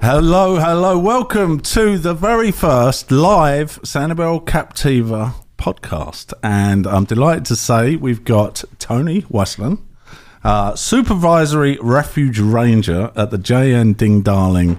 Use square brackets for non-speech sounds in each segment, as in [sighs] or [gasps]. Hello, hello. Welcome to the very first live Sanibel Captiva podcast. And I'm delighted to say we've got Tony Westland, uh, Supervisory Refuge Ranger at the JN Ding Darling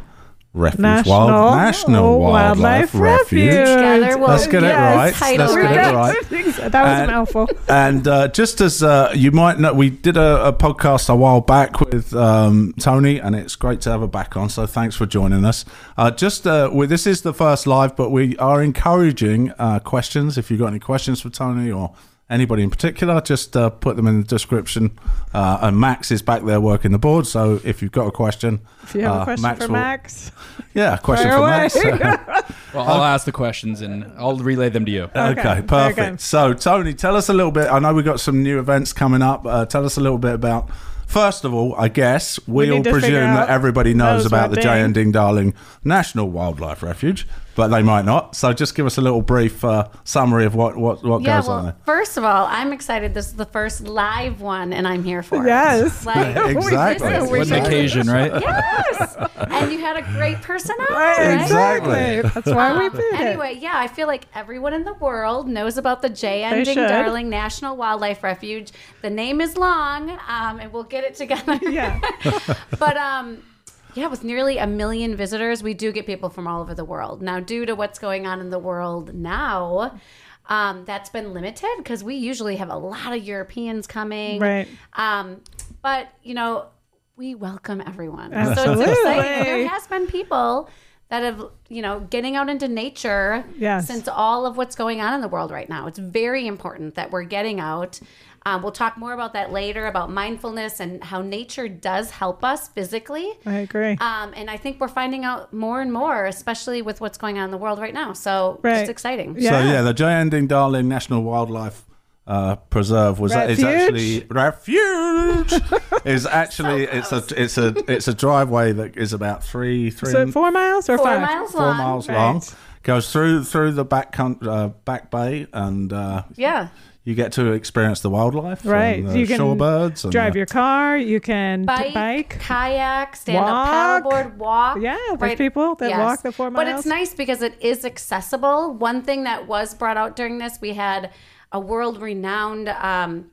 Refuge National, Wild, National Wildlife, Refuge. Together we'll Let's get it Yes, right. title Let's get it right. right. [laughs] that was a And- mouthful. [laughs] And uh, just as uh, you might know, we did a, a podcast a while back with um, Tony, and it's great to have her back on. So thanks for joining us. Uh, just uh, we, this is the first live, but we are encouraging uh, questions. If you've got any questions for Tony or anybody in particular, just uh, put them in the description. Uh, and Max is back there working the board, so if you've got a question, If you have uh, a question for will- Max, yeah, a question fire for away. Max. [laughs] Well, I'll ask the questions and I'll relay them to you. Okay, Okay, perfect. okay. So, Tony, tell us a little bit. I know we've got some new events coming up. Uh, tell us a little bit about, first of all, I guess we, need all to presume figure that out everybody knows those about the were J and Ding Darling National Wildlife Refuge, but they might not. So, just give us a little brief uh, summary of what, what, what Yeah, goes on [laughs] well, there. first of all, I'm excited. This is the first live one, and I'm here for Yes. it. Like, Exactly. this is What an really- occasion, [laughs] right? [laughs] Yes. and you had a great personality. Right, right? Exactly. That's why we Um, did it. anyway, yeah, I feel like everyone in the world knows about the J. They Ending should. Darling National Wildlife Refuge. The name is long, um, and we'll get it together. [laughs] Yeah. but um, yeah, with nearly a million visitors, we do get people from all over the world. Now, due to what's going on in the world now, um, that's been limited because we usually have a lot of Europeans coming. Right. Um, but you know, we welcome everyone. So Absolutely. it's exciting. There has been people that have, you know, getting out into nature Yes. since all of what's going on in the world right now. It's very important that we're getting out. Um, we'll talk more about that later about mindfulness and how nature does help us physically. [laughs] I agree. Um, and I think we're finding out more and more, especially with what's going on in the world right now. So Right. it's exciting. Yeah. So, yeah, the J and Ding Darling National Wildlife uh, Preserve was that is actually Refuge? refuge [laughs] is actually it's a it's a it's a driveway that is about three three So four miles or Four five? miles four long. miles Right. long. Goes through through the back coun- uh, back bay, and uh, Yeah. you get to experience the wildlife, Right. And the You can shorebirds, and Drive the- your car. You can t- bike, bike. kayak, stand Walk. up paddleboard, walk. Yeah, there's people that walk the four But miles. it's nice because it is accessible. One thing that was brought out during this, we had a world-renowned um,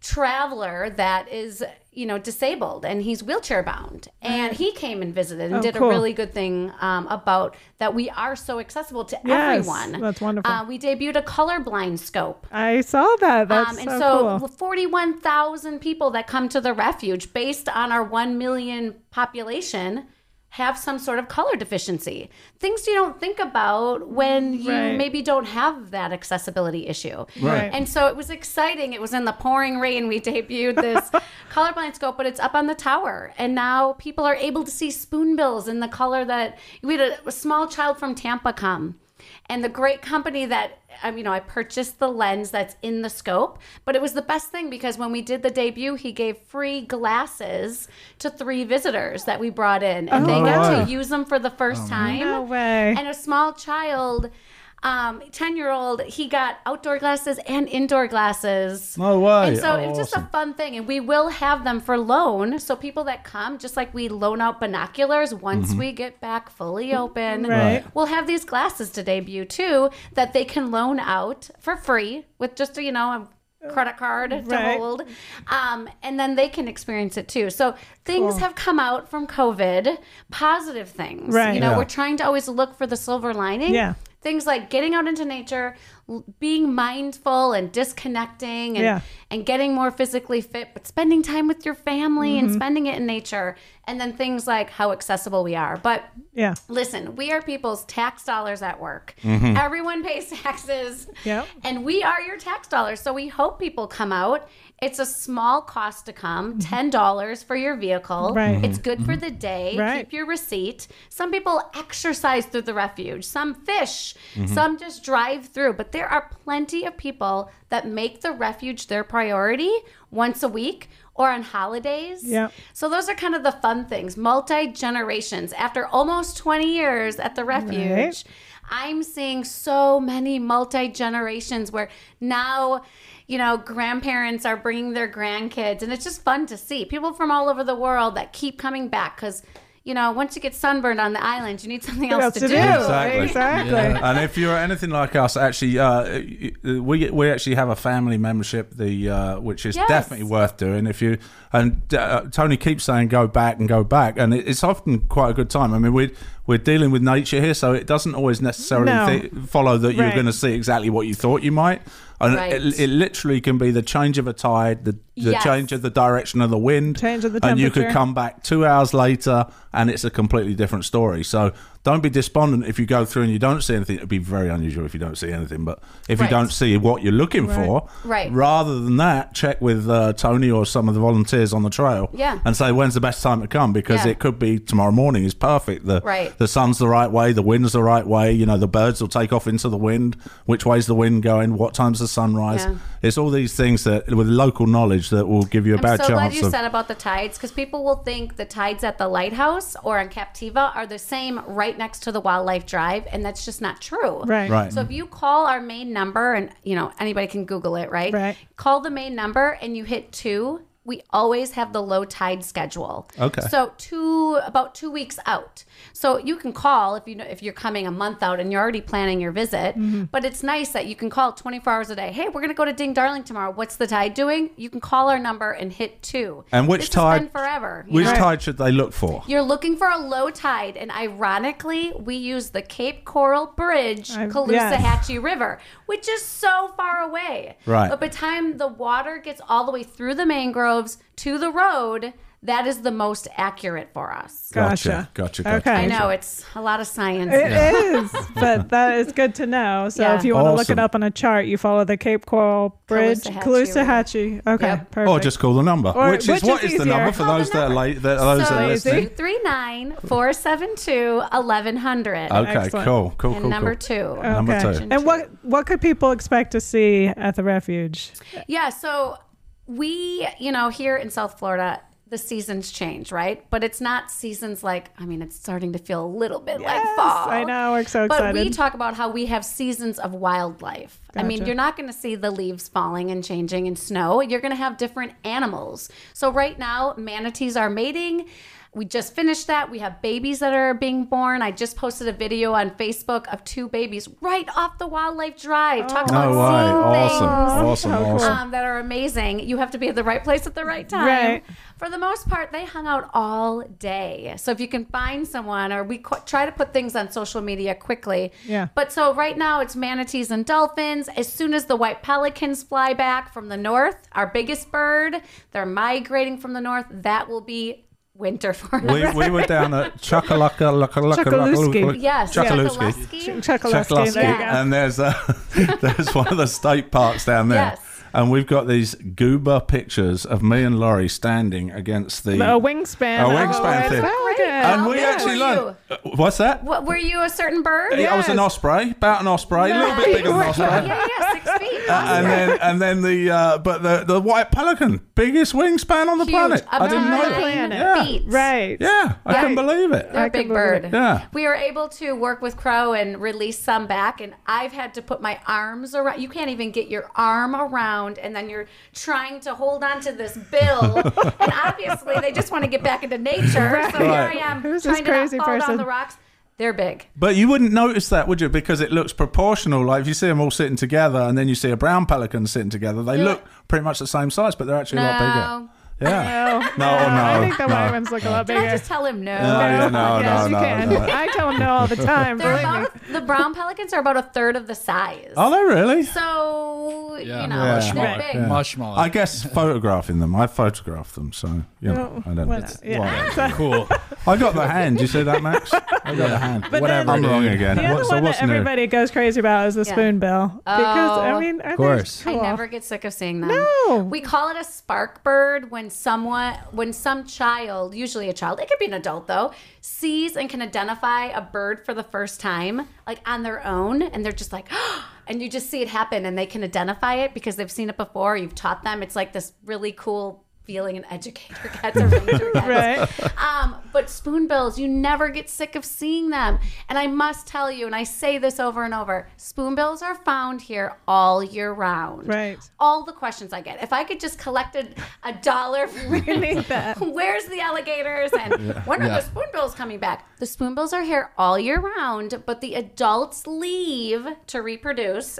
traveler that is, you know, disabled and he's wheelchair-bound, and he came and visited and Oh, did cool. a really good thing um, about that. We are so accessible to Yes, everyone. that's wonderful. Uh, we debuted a colorblind scope. I saw that. That's Um, and so, so, cool. 41,000 people that come to the refuge based on our 1 million population have some sort of color deficiency. Things you don't think about when you Right. maybe don't have that accessibility issue. Right. And so it was exciting. It was in the pouring rain. We [laughs] [laughs] debuted this colorblind scope, but it's up on the tower. And now people are able to see spoonbills in the color that we had a, a small child from Tampa come. And the great company that, um, you know, I purchased the lens that's in the scope, but it was the best thing because when we did the debut, he gave free glasses to three visitors that we brought in. And they Oh, got wow. to use them for the first time No way. and a small child um 10 year old he got outdoor glasses and indoor glasses No way. and so Oh, it's just awesome. a fun thing and we will have them for loan so people that come just like we loan out binoculars once Mm-hmm. we get back fully open Right. we'll have these glasses to debut too that they can loan out for free with just you know a credit card to Right. hold um, and then they can experience it too so things have come out from covid positive things Right. you know Yeah. we're trying to always look for the silver lining Yeah. things like getting out into nature l- being mindful and disconnecting and, Yeah. and getting more physically fit but spending time with your family Mm-hmm. and spending it in nature and then things like how accessible we are but yeah. Listen, we are people's tax dollars at work. Everyone pays taxes. Yep. And we are your tax dollars. So we hope people come out. It's a small cost to come, $10 for your vehicle. Mm-hmm. Right. It's good for the day. Right. Keep your receipt. Some people exercise through the refuge, some fish, some just drive through. But there are plenty of people that make the refuge their priority once a week or on holidays. Yep. So those are kind of the fun things. Multi generations. After almost 20 years at the refuge, Right. I'm seeing so many multi generations where now, you know, grandparents are bringing their grandkids, and it's just fun to see people from all over the world that keep coming back because. you know, once you get sunburned on the island, you need something else, else to, to do. do. Exactly. Exactly. Yeah. And if you're anything like us, actually, uh, we we actually have a family membership, the uh, which is Yes. definitely worth doing. If you and uh, Tony keeps saying go back and go back, and it, it's often quite a good time. I mean, we we're dealing with nature here, so it doesn't always necessarily No. thi- follow that you're Right. going to see exactly what you thought you might. And Right. it, it literally can be the change of a tide, the, the Yes. change of the direction of the wind, Change of the and you could temperature. come come back two hours later and it's a completely different story. So don't be despondent if you go through and you don't see anything. It'd be very unusual if you don't see anything, but if Right. you don't see what you're looking for, Right. rather than that, check with uh, Tony or some of the volunteers on the trail Yeah. and say, when's the best time to come? Because Yeah. it could be tomorrow morning is perfect. The, Right. the sun's the right way, the wind's the right way, you know, the birds will take off into the wind, which way's the wind going, what time's the sunrise. Yeah. It's all these things that, with local knowledge, that will give you a I'm bad so chance glad you of said about the tides because people will think the tides at the lighthouse or on Captiva are the same right next to the wildlife drive, and that's just not true. Right. Right. So if you call our main number, and you know anybody can Google it, right? Right. Call the main number, and you hit two. We always have the low tide schedule. Okay. So two about two weeks out. So you can call if you know if you're coming a month out and you're already planning your visit. Mm-hmm. But it's nice that you can call 24 hours a day. Hey, we're gonna go to Ding Darling tomorrow. What's the tide doing? You can call our number and hit two. And which this tide? Has been forever. you Which know? tide should they look for? You're looking for a low tide, and ironically, we use the Cape Coral Bridge, I've- Caloosahatchee River, which is so far away. Right. But by the time the water gets all the way through the mangroves to the road, that is the most accurate for us. Gotcha, gotcha, gotcha. Okay. I know it's a lot of science. It is, but that is good to know. So Yeah. if you want to look Awesome. it up on a chart, you follow the Cape Coral Bridge, Caloosahatchee. Caloosahatchee. Okay, Yep. perfect. Or just call the number, Or- which, is which what is is the number easier. for Call the those that are number. late, that, those that are so Lazy. listening. 239 472 1100. Okay, Excellent. cool, cool, And cool. number cool. two. Number okay. two. And what what could people expect to see at the refuge? Yeah, so we, you know, here in South Florida, the seasons change, right? But it's not seasons like, I mean, it's starting to feel a little bit like fall. I know, we're so But we excited. talk about how we have seasons of wildlife. I mean, Gotcha. you're not going to see the leaves falling and changing and snow. You're going to have different animals. So right now, manatees are mating. We just finished that. We have babies that are being born. I just posted a video on Facebook of two babies right off the wildlife drive. Oh, Talk about No way, seeing things Oh, awesome, awesome, How cool. awesome. um, that are amazing. You have to be at the right place at the right time. Right. For the most part, they hung out all day. So if you can find someone, or we qu- try to put things on social media quickly. Yeah. But so right now, it's manatees and dolphins. As soon as the white pelicans fly back from the north, our biggest bird, they're migrating from the north. That will be winter for us. we, we were down at Chuckalaka, Laka, Laka, Chuckalooski. Laka, [laughs] Yes, Chuckalooski. Chuckalusky. Chuckalowski. There you go. And there's a, there's one of the state parks down there. Yes. And we've got these goober pictures of me and Laurie standing against the. a wingspan. Oh, A of wingspan a thing. pelican. and we How big actually were learned. What's that? What were you a certain bird? I was an Yes. osprey, about an osprey, a little bit bigger than an osprey. yeah, yeah, six [laughs] feet. and then and then the uh, but the the white pelican biggest wingspan on the Huge, planet. up I didn't to know nine that. planet. Yeah. feet. Right. Yeah, I couldn't believe it. They're a I can big believe bird. it. Yeah. We were able to work with Crow and release some back, and I've had to put my arms around. You can't even get your arm around, and then you're trying to hold on to this [laughs] bill. and obviously, they just want to get back into nature. So here I Right. am Who's this trying to not crazy fall down person? the rocks. They're big. But you wouldn't notice that, would you? Because it looks proportional. Like if you see them all sitting together, and then you see a brown pelican sitting together, they Yeah. look pretty much the same size, but they're actually a lot No. bigger. Yeah. No, no. I think the no. Oh, white ones look a lot Can I bigger. just tell him no? yeah, no, yes, no, you no, can. no. I tell them no all the [laughs] time. They're believe me. about the brown pelicans are about a third of the size. Are they really? So Yeah, you know, Oh. Yeah. much smaller. they're big. Yeah. Much smaller. I guess photographing them. I photographed them, so you know, I don't. Well, yeah. whatever. [laughs] cool. I got the hand. You see that, Max? I got the hand. But Whatever. then- I'm wrong dude. again. The other What- so one what's that new? everybody goes crazy about is the Yeah. spoonbill. Because Oh. I mean, of course. I never get sick of seeing them. No. We call it a spark bird when someone when some child, usually a child, it could be an adult though, sees and can identify a bird for the first time, like on their own, and they're just like, [gasps] and you just see it happen and they can identify it because they've seen it before, you've taught them. It's like this really cool feeling an educator [laughs] gets, a ranger gets. Right. Um, but spoonbills, you never get sick of seeing them. And I must tell you, and I say this over and over, spoonbills are found here all year round. Right. All the questions I get. If I could just collect a, a dollar from need that. [laughs] where's the alligators and when are Yeah. the spoonbills coming back? The spoonbills are here all year round, but the adults leave to reproduce.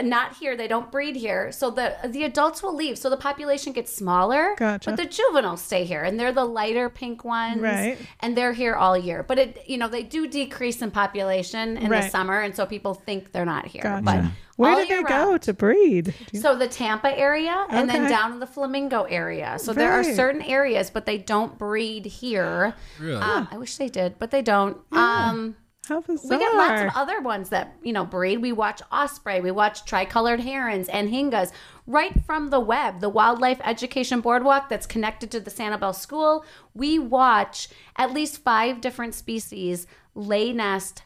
Not here, they don't breed here. So the the adults will leave. So the population gets smaller. Gotcha. But the juveniles stay here and they're the lighter pink ones. Right. And they're here all year. But it you know, they do decrease in population in the Right. summer and so people think they're not here. Gotcha. But [laughs] Where all did they year go round. to breed? Do you- So the Tampa area and then Okay. down in the Flamingo area. So there are Right. certain areas, but they don't breed here. Really? Um, I wish they did, but they don't. Um, How bizarre. we get lots of other ones that you know breed. We watch osprey, we watch tricolored herons and hingas right from the web, the Wildlife Education Boardwalk that's connected to the Sanibel School. We watch at least five different species lay nest,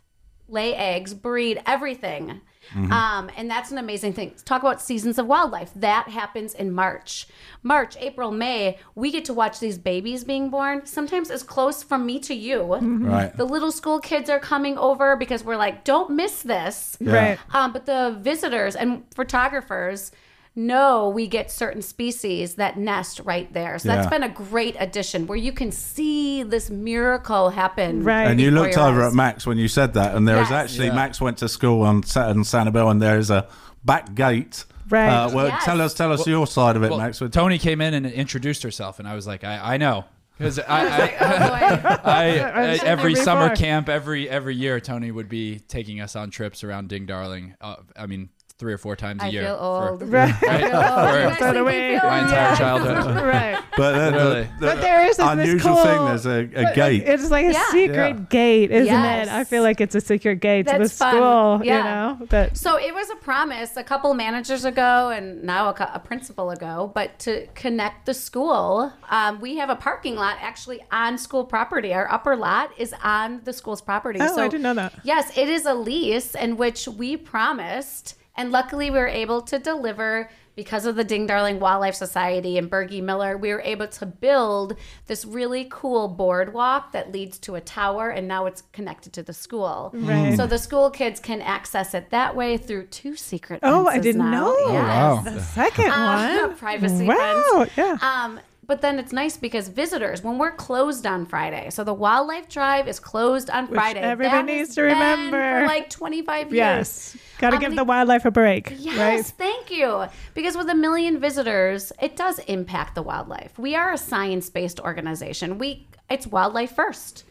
lay eggs, breed everything. Um, and that's an amazing thing. Talk about seasons of wildlife. That happens in March. March, April, May, we get to watch these babies being born, sometimes as close from me to you. Right. The little school kids are coming over because we're like, don't miss this. Right. Um, but the visitors and photographers know we get certain species that nest right there. So that's Yeah. been a great addition where you can see this miracle happen. Right. And you before looked your over eyes. at Max when you said that, and there is Yes. actually Yeah. Max went to school on Saturn Sanibel, and there is a back gate. Right. Uh, well, Yes. tell us, tell us your side of it, Well, Max. We're Tony came in and introduced herself, and I was like, I, I know. Because I, I, Oh, boy. [laughs] I, I've seen every that summer before. camp, every every year, Tony would be taking us on trips around Ding Darling. Uh, I mean, three or four times [laughs] a I year. feel for- old. Right. [laughs] right? Oh, For you guys think you away. feel my old? [laughs] entire childhood. right. but uh, the- Really? the But there is this unusual cool- thing. There's a, a gate. [laughs] It's like a Yeah. secret Yeah. gate, isn't Yes. it? I feel like it's a secret gate to the That's fun. school. Yeah. You know, [sighs] but So it was a promise a couple managers ago and now a, cou- a principal ago, but to connect the school, um, we have a parking lot actually on school property. Our upper lot is on the school's property. Oh, I didn't know that. Yes, it is a lease in which we promised, and luckily we were able to deliver because of the Ding Darling Wildlife Society and Bergie Miller. We were able to build this really cool boardwalk that leads to a tower, and now it's connected to the school. Right. So the school kids can access it that way through two secret. oh, I fences didn't now. know. Yes. wow. The second [laughs] Um, one. privacy Wow. fence. Yeah. Um, but then it's nice because visitors, when we're closed on Friday, so the wildlife drive is closed on Friday. everybody That needs has to been remember. for like 25 years. yes. Got to Um, give the- the wildlife a break. Yes, Right. thank you. Because with a million visitors, it does impact the wildlife. We are a science-based organization. We it's wildlife first.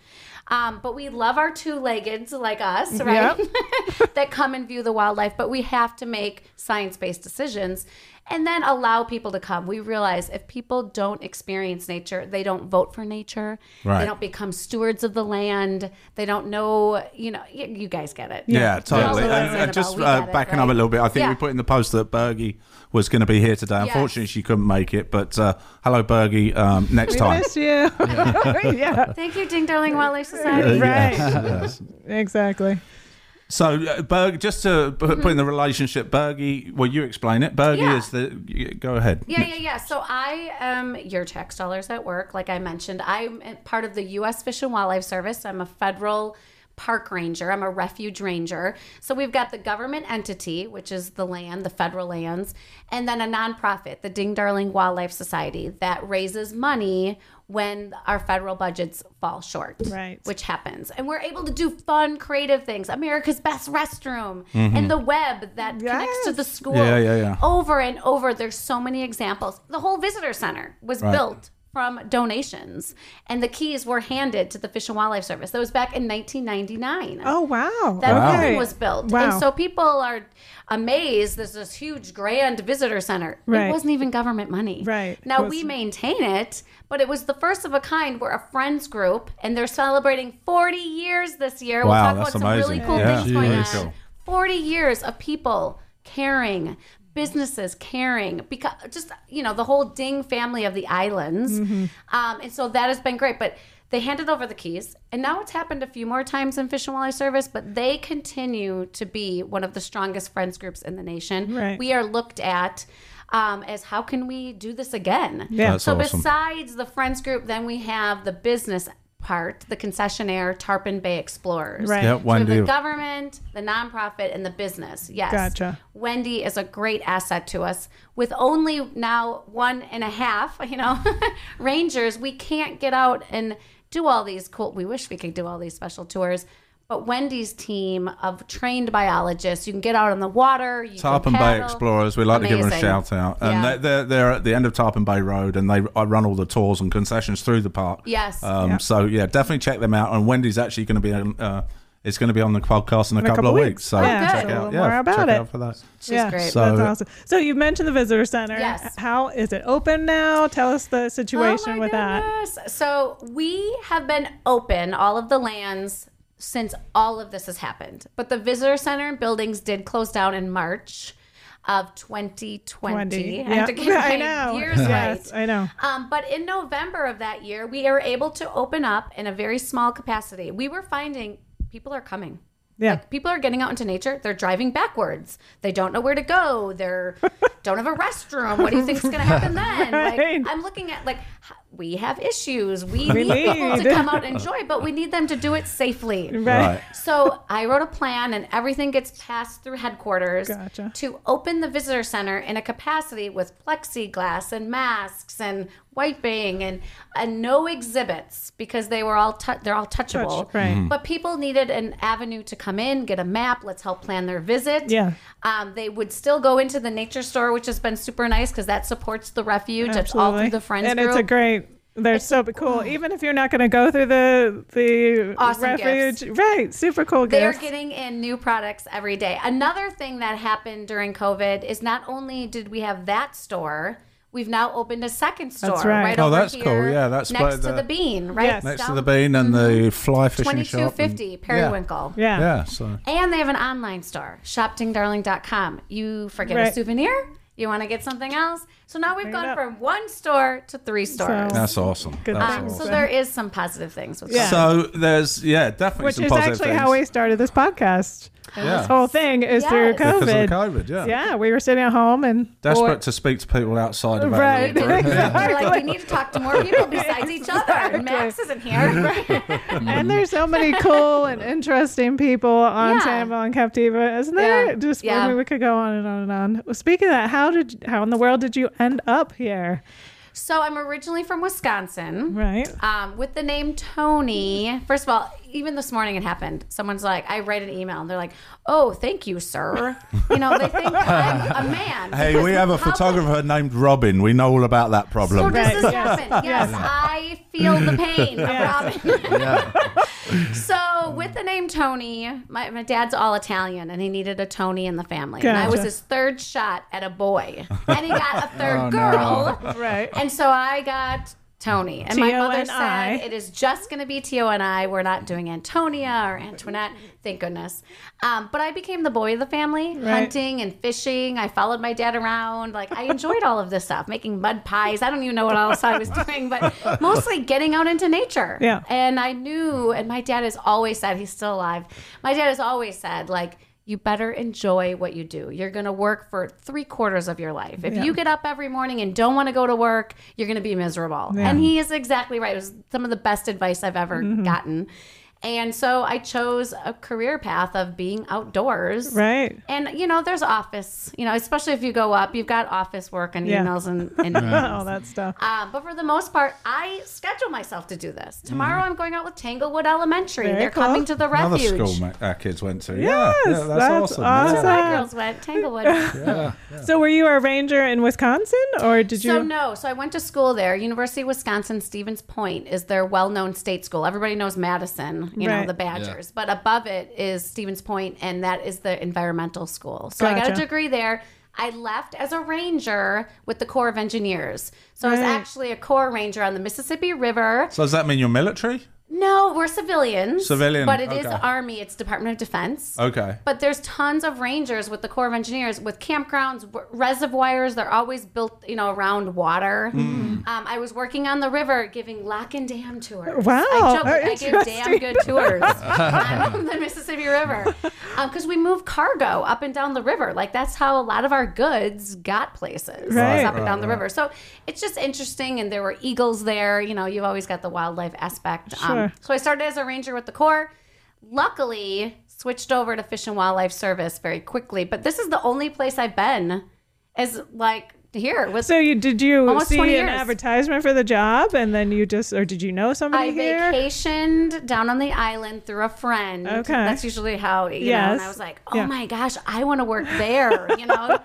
Um, but we love our two-leggeds like us, right? [laughs] that come and view the wildlife, but we have to make science-based decisions and then allow people to come. We realize if people don't experience nature, they don't vote for nature. Right. They don't become stewards of the land. They don't know, you know, you, you guys get it. Yeah, totally. Well, And, it's and about just we uh, get it, backing right? up a little bit, I think we Yeah. put in the post that Bergie was going to be here today. Unfortunately, she couldn't make it, but uh, hello, Bergie, um, next We time. miss [laughs] you. [laughs] yeah. Thank you, Ding Darling Wildlife Society. Uh, Right. yes, yes. [laughs] Exactly. So, uh, Berg, just to p- put in the relationship, Bergie, well, you explain it. Bergie Mm-hmm. Yeah. is the. y- Go ahead. Yeah, yeah, yeah. So I am your tax dollars at work, like I mentioned. I'm a- part of the U.S. Fish and Wildlife Service. I'm a federal park ranger. I'm a refuge ranger. So we've got the government entity, which is the land, the federal lands, and then a nonprofit, the Ding Darling Wildlife Society, that raises money when our federal budgets fall short. Right. Which happens. And we're able to do fun, creative things. America's Best Restroom and the web that connects to the school Mm-hmm. Yeah, yeah, yeah. over and over there's so many examples the whole visitor center was Right. built from donations and the keys were handed to the fish and wildlife service that was back in 1999 Oh wow. that Wow. building was built Wow. and so people are amazed there's this huge grand visitor center Right. it wasn't even government money Right. now It we was- maintain it but it was the first of a kind we're a friends group and they're celebrating 40 years this year we'll Wow, talk that's about amazing. some really cool Yeah. things going on Jeez. Cool. 40 years of people caring businesses caring because just you know the whole ding family of the islands Mm-hmm. um, and so that has been great but they handed over the keys and now it's happened a few more times in fish and wildlife service but they continue to be one of the strongest friends groups in the nation Right. we are looked at um, as how can we do this again? Yeah. That's so awesome. besides the friends group, then we have the business part, the concessionaire, Tarpon Bay Explorers. Right. Yep, So So we have Wendy. the government, the nonprofit, and the business. Yes. Gotcha. Wendy is a great asset to us. With only now one and a half, [laughs] you know, rangers, we can't get out and do all these cool. We wish we could do all these special tours. But Wendy's team of trained biologists, you can get out on the water. You Tarpon can Bay paddle. Explorers. We like to give them a Amazing. shout out, and Yeah. they're, they're they're at the end of Tarpon Bay Road, and they I run all the tours and concessions through the park. Yes. Um, Yeah. So yeah, definitely check them out. And Wendy's actually going to be on, uh, it's going to be on the podcast in a, a couple, of weeks. So Oh, good. check out So we'll learn yeah, about check it. out for that. She's great. So- that's awesome. So you mentioned the visitor center. Yes. How is it open now? Tell us the situation Oh my with that. goodness. So we have been open all of the lands since all of this has happened, but the visitor center and buildings did close down in March of 2020. 20. I have to Yeah. [laughs] get my I [laughs] know. years yes, right. I know. Um, but in November of that year, we are able to open up in a very small capacity. We were finding people are coming. Yeah. Like, people are getting out into nature. They're driving backwards. They don't know where to [laughs] go. They're don't have a restroom. What do you think's going to happen then? Right. Like, I'm looking at like h- we have issues. We We need people need. to [laughs] come out and enjoy, but we need them to do it safely. Right. right. So I wrote a plan, and everything gets passed through headquarters Gotcha. to open the visitor center in a capacity with plexiglass and masks and wiping and and no exhibits because they were all tou- they're all touchable. Touch, right. Mhm. But people needed an avenue to come in, get a map. Let's help plan their visit. Yeah. Um, they would still go into the nature store, which has been super nice because that supports the refuge. It's all Absolutely. through the friends and group. it's a great. They're so cool. Even if you're not going to go through the the Awesome refuge, gifts. right? Super cool They're gifts. getting in new products every day. Another thing that happened during COVID is not only did we have that store, we've now opened a second store right. right, Oh, over that's here. cool. Yeah, that's by next to the- the, bean, right? Yes. Next to Down the bean and the fly fishing shop. and- 2250 Periwinkle. Yeah. yeah. yeah. So And they have an online store, shopdingdarling.com. You forget Right. a souvenir, you want to get something else. So now we've Bring it gone up. from one store to three stores. So- that's awesome. Good That's um, things. awesome. so there is some positive things with Yeah. that. So there's yeah, definitely Which some is positive actually things. how we started this podcast. Yeah. This whole thing is through Yes. COVID. because of the COVID. Yeah. Yeah, we were sitting at home and Desperate Or- to speak to people outside about [laughs] Right. the little group. We're like, we need to talk to more people besides each other. And Max isn't here. and there's so [laughs] many cool and interesting people on Yeah. San Juan Captiva, isn't there? Yeah. Just Yeah. I mean, we could go on and on and on. Well, Speaking of that, how did how in the world did you end up here? So I'm originally from Wisconsin. Right. Um, with the name Tony, first of all, even this morning it happened. Someone's like, I write an email and they're like, "Oh, thank you, sir." You know, they think I'm a [laughs] man. Hey, because we have a how could- photographer named Robin. We know all about that So problem. does Right, this yes. [laughs] happen? Yes, I feel the pain of Robin. [laughs] so with the name Tony, my, my dad's all Italian, and he needed a Tony in the family. And I was Gotcha. his third shot at a boy, and he got a [laughs] third Oh, no. girl. Right. And so I got Tony. And my mother T-O-N-I. said, it is just going to be T O and I. We're not doing Antonia or Antoinette. Thank goodness. Um, but I became the boy of the family, hunting and fishing. I followed my dad around. Like, I enjoyed all of this stuff, making mud pies. I don't even know what else I was doing, but [laughs] mostly getting out into nature. Yeah. And I knew, and my dad has always said, he's still alive. My dad has always said, like, you better enjoy what you do. You're going to work for three quarters of your life. If Yeah. you get up every morning and don't want to go to work, you're going to be miserable. And he is exactly right. It was some of the best advice I've ever Mm-hmm. gotten. And so I chose a career path of being outdoors. Right. And, you know, there's office, you know, especially if you go up, you've got office work and Yeah. emails and, and All that stuff. uh, but for the most part, I schedule myself to do this. Tomorrow, I'm going out with Tanglewood Elementary. Mm-hmm. Very They're cool. coming to the Another refuge. school ma- our kids went to. Yes, yeah, yeah, that's, that's awesome. Yeah. awesome. My girls went Tanglewood. [laughs] So were you a ranger in Wisconsin or did you So no, so I went to school there. University of Wisconsin Stevens Point is their well-known state school. Everybody knows Madison, you Right. know the Badgers, but above it is Stevens Point, and that is the environmental school. So I got Gotcha. a degree there. I left as a ranger with the Corps of Engineers. So I was Right. actually a Corps Ranger on the Mississippi River. So does that mean you're military? No, we're civilians. Civilian, But it is okay. Army, it's Department of Defense. Okay. But there's tons of rangers with the Corps Hmm. of Engineers with campgrounds, w- reservoirs. They're always built, you know, around water. Um, I was working on the river giving lock and dam tours. Wow, I, juggled. how I gave damn interesting. good [laughs] tours on the Mississippi River because we moved cargo up and down the river. Like that's how a lot of our goods got places. Right. was up and down the river. So it's just interesting. And there were eagles there. You know, you've always got the wildlife aspect. um, Sure. so I started as a ranger with the Corps. Luckily, switched over to Fish and Wildlife Service very quickly. But this is the only place I've been. Is like here was So you did you Almost see 20 an years. advertisement for the job, and then you just, or did you know somebody I here? vacationed down on the island through a friend. Okay. That's usually how, you know, and Yes. I was like, oh Yeah. my gosh, I want to work [laughs] there, you know?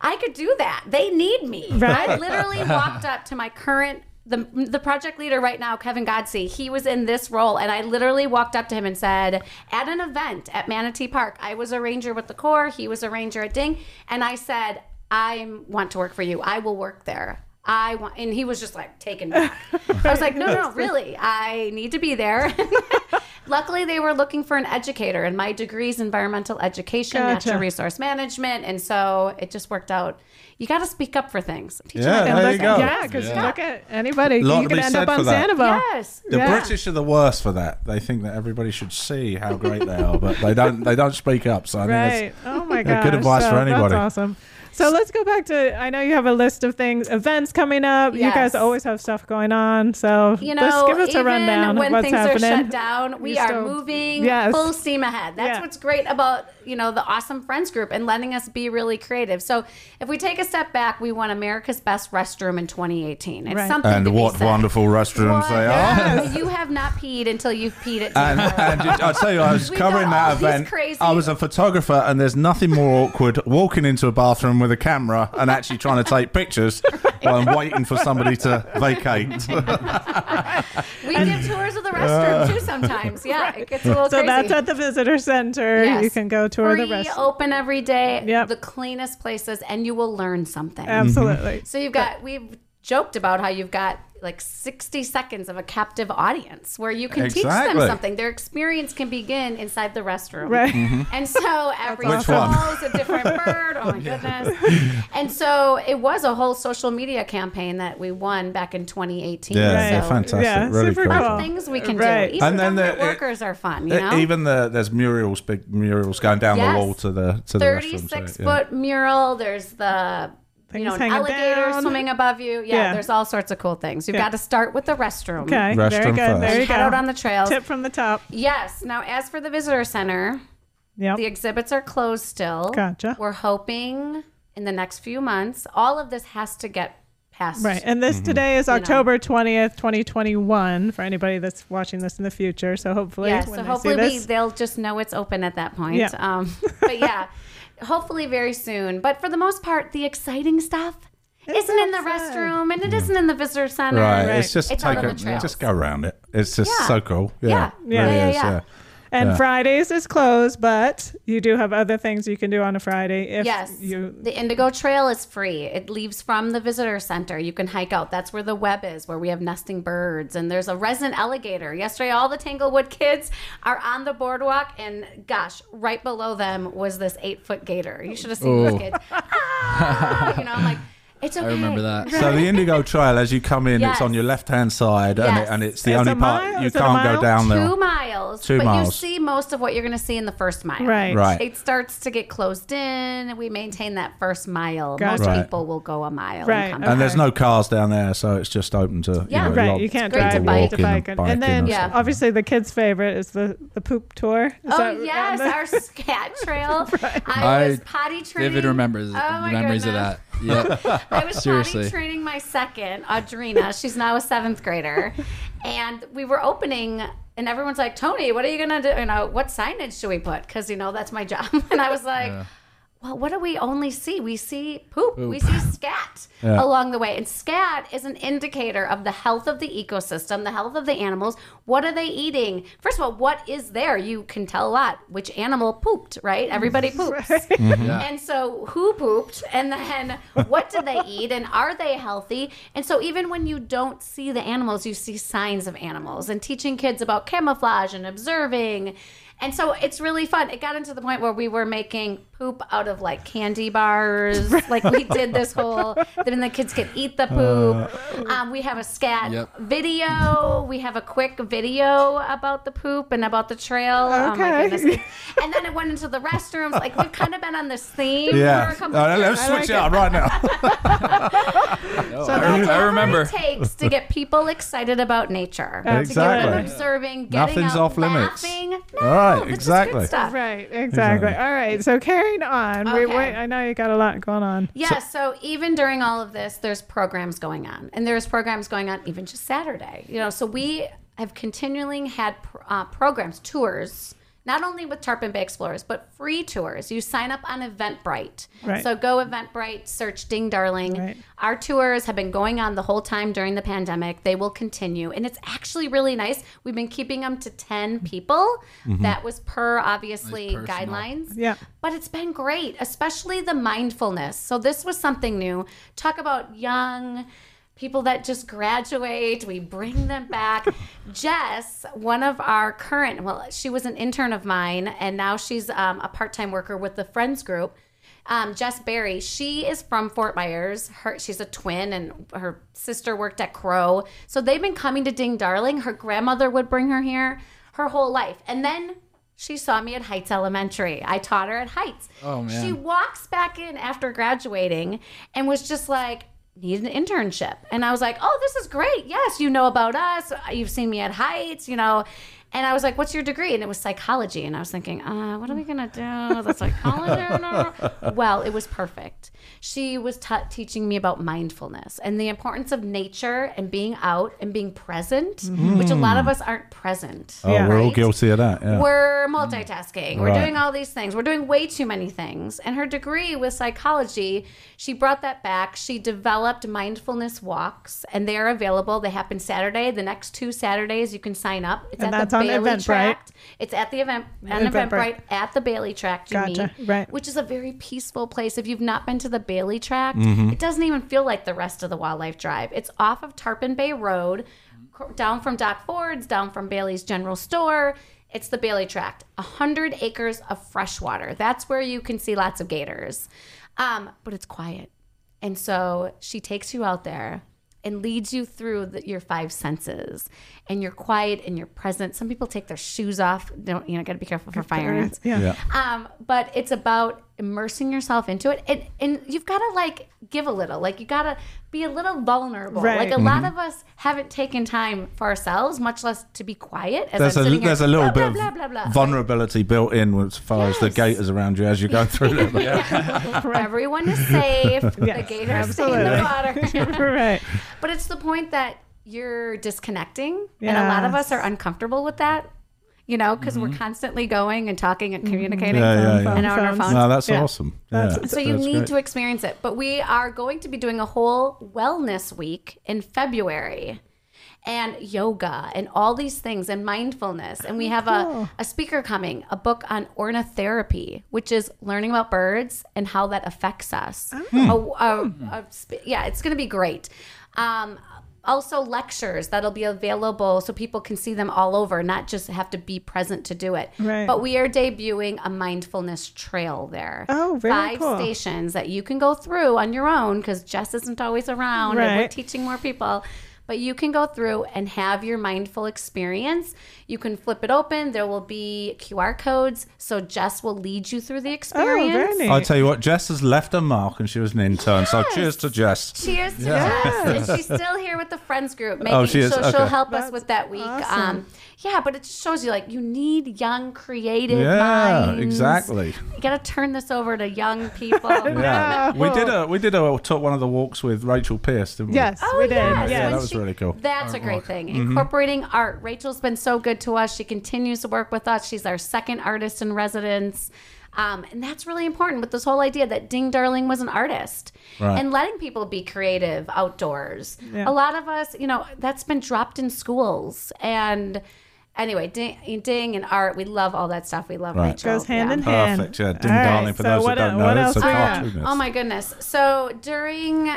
I could do that. They need me. I literally walked up to my current the, the project leader right now, Kevin Godsey, he was in this role, and I literally walked up to him and said, at an event at Manatee Park, I was a ranger with the Corps, he was a ranger at Ding, and I said, I want to work for you. I will work there. I want, and he was just like taken back. I was like, no, no, no, really, I need to be there. [laughs] Luckily, they were looking for an educator, and my degree's environmental education, Gotcha. natural resource management, and so it just worked out. You got to speak up for things. Teach 'em Yeah, like there And that. you look, go. Yeah, because Yeah. look at anybody, Lot to you can be end said up on for that. Sandoval. Yes. The Yeah. British are the worst for that. They think that everybody should see how great they are, but they don't. They don't speak up. So I think Right. it's Oh my Yeah, god. good advice for anybody. That's awesome. So let's go back to. I know you have a list of things, events coming up. You guys Yes. always have stuff going on. So You let's know, give us a even rundown when of what's things happening. are shut down, we You are still- moving Yes. full steam ahead. That's Yeah. what's great about you know the awesome friends group and letting us be really creative. So if we take a step back, we won America's best restroom in 2018. It's Right. something to and be what said. wonderful restrooms they are. You have not peed until you've peed at "Oh, And, and it- I tell you, I was We covering got all that these event. crazy- I was a photographer, and there's nothing more awkward walking into a bathroom with a camera and actually trying to take [laughs] pictures while I'm waiting for somebody to vacate. We give tours of the restroom too sometimes. Yeah, it gets a little So crazy. that's at the visitor center. Yes. You can go tour Free, the rest. open every day. Yep. The cleanest places, and you will learn something. Absolutely. Mm-hmm. So you've got we've joked about how you've got like 60 seconds of a captive audience where you can teach Exactly. them something. Their experience can begin inside the restroom. Right. Mm-hmm. [laughs] And so every Which call one? is [laughs] a different bird. Oh my goodness. And so it was a whole social media campaign that we won back in 2018. Yeah, Right. they're So fantastic. Yeah, really super cool. cool. fun things we can Right. do. Even And then government the- it- e, workers are fun, you know? Even the there's murals, big murals going down Yes. the wall to the to the restroom. 36 so, yeah. foot mural. There's the Things you know an hanging alligator down. swimming above you. Yeah, Yeah. there's all sorts of cool things. You've Yeah. got to start with the restroom. Okay. Very Mm-hmm. Restroom good. There first. you go. Head out on the trails. Tip from the top. Yes. Now, as for the visitor center, Yep. the exhibits are closed still. Gotcha. We're hoping in the next few months, all of this has to get passed. Right. And Mm-hmm. this today is know. October 20th, 2021, for anybody that's watching this in the future. So hopefully, Yeah. when they So hopefully see this, we, they'll just know it's open at that point. Yeah. Um, [laughs] but yeah, hopefully very soon. But for the most part, the exciting stuff isn't in the outside. restroom and it isn't in the visitor center. Right, Right. it's just It's take out on a, the trails. just go around it. It's just Yeah. so cool. Yeah, Yeah. really Yeah, yeah, is, yeah. And Yeah. Fridays is closed, but you do have other things you can do on a Friday if Yes. [laughs] you the Indigo Trail is free. It leaves from the visitor center. You can hike out. That's where the web is, where we have nesting birds. And there's a resin alligator. Yesterday, all the Tanglewood kids are on the boardwalk. And gosh, right below them was this eight foot gator. You should have seen Ooh. those kids. Ah! You know, I'm like, it's okay. I remember that. So [laughs] the Indigo Trail, as you come in, it's Yes. on your left hand side, and, Yes. it, and it's the It's only a part mile? you Is it a can't mile? go down there. Two miles. Two but you miles. see most of what you're going to see in the first mile. right Right. It starts to get closed in. We maintain that first mile. Gotcha. Most Right. people will go a mile. and Right. come Okay. And there's no cars down there, so it's just open to Yeah. you know, right. lot- you can't great drive to you bike. have to Walking and bike and, biking and then and stuff. Yeah. obviously the kids' favorite is the the poop tour. Is that Oh on yes, the- our scat [laughs] trail. I, I- was potty training. David remembers Oh, my memories goodness. of that. Yeah. I was Seriously. potty training my second, Audrina. She's now a seventh grader, and we were opening, and everyone's like, "Tony, what are you gonna do? You know, what signage should we put? Because you know that's my [laughs] job." And I was like. Well, what do we only see? We see poop. We see scat Yeah. along the way. And scat is an indicator of the health of the ecosystem, the health of the animals. What are they eating? First of all, what is there? You can tell a lot which animal pooped, right? Everybody poops. Yeah. And so, who pooped? And then, what did they eat? And are they healthy? And so, even when you don't see the animals, you see signs of animals and teaching kids about camouflage and observing And so it's really fun. It got into the point where we were making poop out of like candy [laughs] bars. like we did this whole, then the kids could eat the poop. um, we have a scat Uh, Yep. video. We have a quick video about the poop and about the trail. Oh my Okay. goodness. and then it went into the restrooms. Like we've kind of been on this theme. for Yeah. a couple Uh, let's I switch like it it. up right [laughs] now. No, So I, that's- rem- I remember. it takes to get people excited about nature. Exactly. To get them observing, getting Nothing's out, off limits. laughing. No, All right, this is good exactly. stuff. Right, exactly. All right, so carrying on. We, Okay. wait, I know you got a lot going on. Yeah, so, even during all of this, there's programs going on, and there's programs going on even just Saturday. You know, so we have continually had pr- uh, programs, tours, not only with Tarpon Bay Explorers, but free tours. You sign up on Eventbrite. Right. So go Eventbrite, search Ding Darling. Right. Our tours have been going on the whole time during the pandemic. They will continue, and it's actually really nice. We've been keeping them to ten people. That was per obviously personal. guidelines. Mm-hmm. Yeah. But it's been great, especially the mindfulness. So this was something new. Talk about young people that just graduate, we bring them back. Jess, one of our current, well, she was an intern of mine, and now she's um, a part-time worker with the Friends Group. Um, Jess Berry, she is from Fort Myers. Her, she's a twin, and her sister worked at Crow. So they've been coming to Ding Darling. Her grandmother would bring her here her whole life, and then she saw me at Heights Elementary. I taught her at Heights. Oh, man. She walks back in after graduating and was just like, need an internship. And I was like, oh, this is great. Yes, you know about us. You've seen me at Heights, you know. And I was like, what's your degree? And it was psychology. And I was thinking, uh, what are we going to do? The [laughs] psychology? well, it was perfect. She was t- teaching me about mindfulness and the importance of nature and being out and being present, which a lot of us aren't present. Mm. Oh, Yeah. we're all Right? guilty of that. Yeah. We're multitasking. We're Right. doing all these things. We're doing way too many things. And her degree with psychology, she brought that back. She developed mindfulness walks, and they are available. They happen Saturday. The next two Saturdays, you can sign up. It's And at that's the on Bailey Eventbrite. Tract. It's at the event on Eventbrite. Eventbrite. at the Bailey Tract. You Gotcha. meet, Right. Which is a very peaceful place. If you've not been to the Bailey Tract, it doesn't even feel like the rest of the Wildlife Drive. It's off of Tarpon Bay Road down from Doc Ford's, down from Bailey's General Store. It's the Bailey Tract, 100 acres of fresh water. That's where you can see lots of gators. Um, but it's quiet. And so she takes you out there and leads you through the, your five senses. And you're quiet and you're present. Some people take their shoes off. Don't, you know, got to be careful for fire ants. Yeah. yeah. Um, but it's about immersing yourself into it, and and you've got to like give a little, like you got to be a little vulnerable. Right. Like a lot Mm-hmm. of us haven't taken time for ourselves, much less to be quiet. As There's I'm a sitting here, there's a little blah, bit blah, of blah, blah, blah. vulnerability built in as far as the Yes. gators around you as [laughs] you're going through them. [laughs] Everyone is safe. the Yes, gators stay in [laughs] the water. right. But it's the point that you're disconnecting, and a Yeah. lot of us are uncomfortable with that, you know, because we're constantly going and talking Mm-hmm. and communicating Mm-hmm. Yeah, yeah, yeah. and on our Phones. phones. No, that's Yeah. awesome. That's- yeah. So you That's need great. to experience it. But we are going to be doing a whole wellness week in February and yoga and all these things and mindfulness. And we have Oh, Cool. a, a speaker coming, a book on ornithotherapy, which is learning about birds and how that affects us. Oh. A- a- Hmm. a sp- yeah, it's going to be great. Um, also, lectures that'll be available so people can see them all over, not just have to be present to do it. Right. But we are debuting a mindfulness trail there Oh, very five cool. stations that you can go through on your own because Jess isn't always around and we're Right. teaching more people. But you can go through and have your mindful experience. You can flip it open. There will be QR codes. So Jess will lead you through the experience. Oh, neat. I tell you what, Jess has left a mark, and she was an intern. So Yes. cheers to Jess. Cheers to [laughs] Jess. And she's still here with the friends group. Making, Oh, she is? So she'll Okay. help us That's with that week. awesome. Um, yeah, but it just shows you like you need young, creative Yeah, minds. exactly. You got to turn this over to young [laughs] people. Yeah, we Wow. did a we did a took one of the walks with Rachel Pierce, didn't we? Yes, Oh, we did. yes. Yeah, Yes. that When was really cool. Mm-hmm. That's a great thing. Incorporating art. Rachel's been so good to us. She continues to work with us. She's our second artist in residence. Um, and that's really important with this whole idea that Ding Darling was an artist Right. and letting people be creative outdoors. Yeah. A lot of us, you know, that's been dropped in schools. And anyway, Ding, Ding and art, we love all that stuff. We love Right. Rachel. Goes hand Yeah. in hand. Perfect. Yeah, Ding All right, Darling. For so those what that don't el- what know, it's else a we got? cartoonist. Oh my goodness. So during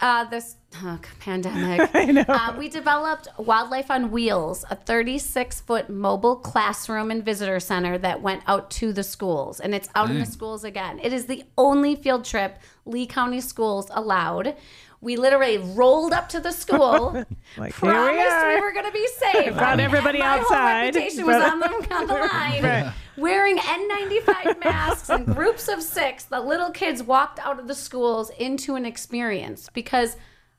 uh, this Ugh, pandemic. [laughs] I know. Uh, we developed Wildlife on Wheels, a 36 foot mobile classroom and visitor center that went out to the schools, and it's out in the schools again. It is the only field trip Lee County schools allowed. We literally rolled up to the [laughs] school, Like, here we promised are. we were going to be [laughs] safe. Brought Um, everybody my outside, Whole reputation was but- on the, on the line. [laughs] Wearing N95 masks in groups of six, the little kids walked out of the schools into an experience because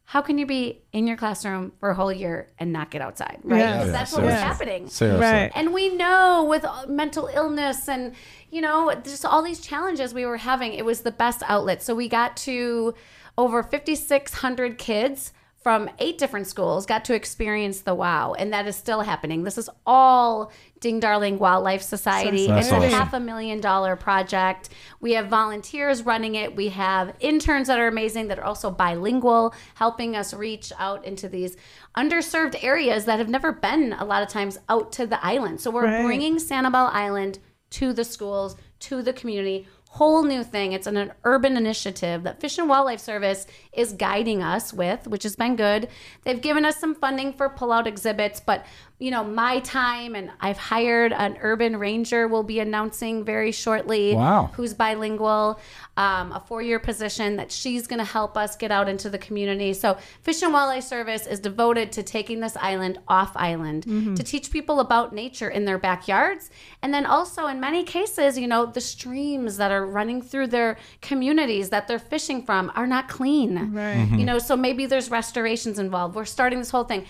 how can you be in your classroom for a whole year and not get outside, right? Yeah. Oh, 'Cause Yeah, that's what was seriously. happening. Seriously. Right. And we know with all- mental illness and, you know, just all these challenges we were having, it was the best outlet. So we got to over 5,600 kids from eight different schools got to experience the wow. And that is still happening. This is all Ding Darling Wildlife Society. That's it's a awesome. half a million dollar project. We have volunteers running it. We have interns that are amazing that are also bilingual, helping us reach out into these underserved areas that have never been a lot of times out to the island. So we're Right. bringing Sanibel Island to the schools, to the community. Whole new thing. It's an, an urban initiative that Fish and Wildlife Service is guiding us with, which has been good. They've given us some funding for pull-out exhibits, but you know, my time and I've hired an urban ranger. We'll be announcing very shortly Wow. who's bilingual, um, a four year position that she's going to help us get out into the community. So, Fish and Wildlife Service is devoted to taking this island off island to teach people about nature in their backyards. And then also, in many cases, you know, the streams that are running through their communities that they're fishing from are not clean. Right. You know, so maybe there's restorations involved. We're starting this whole thing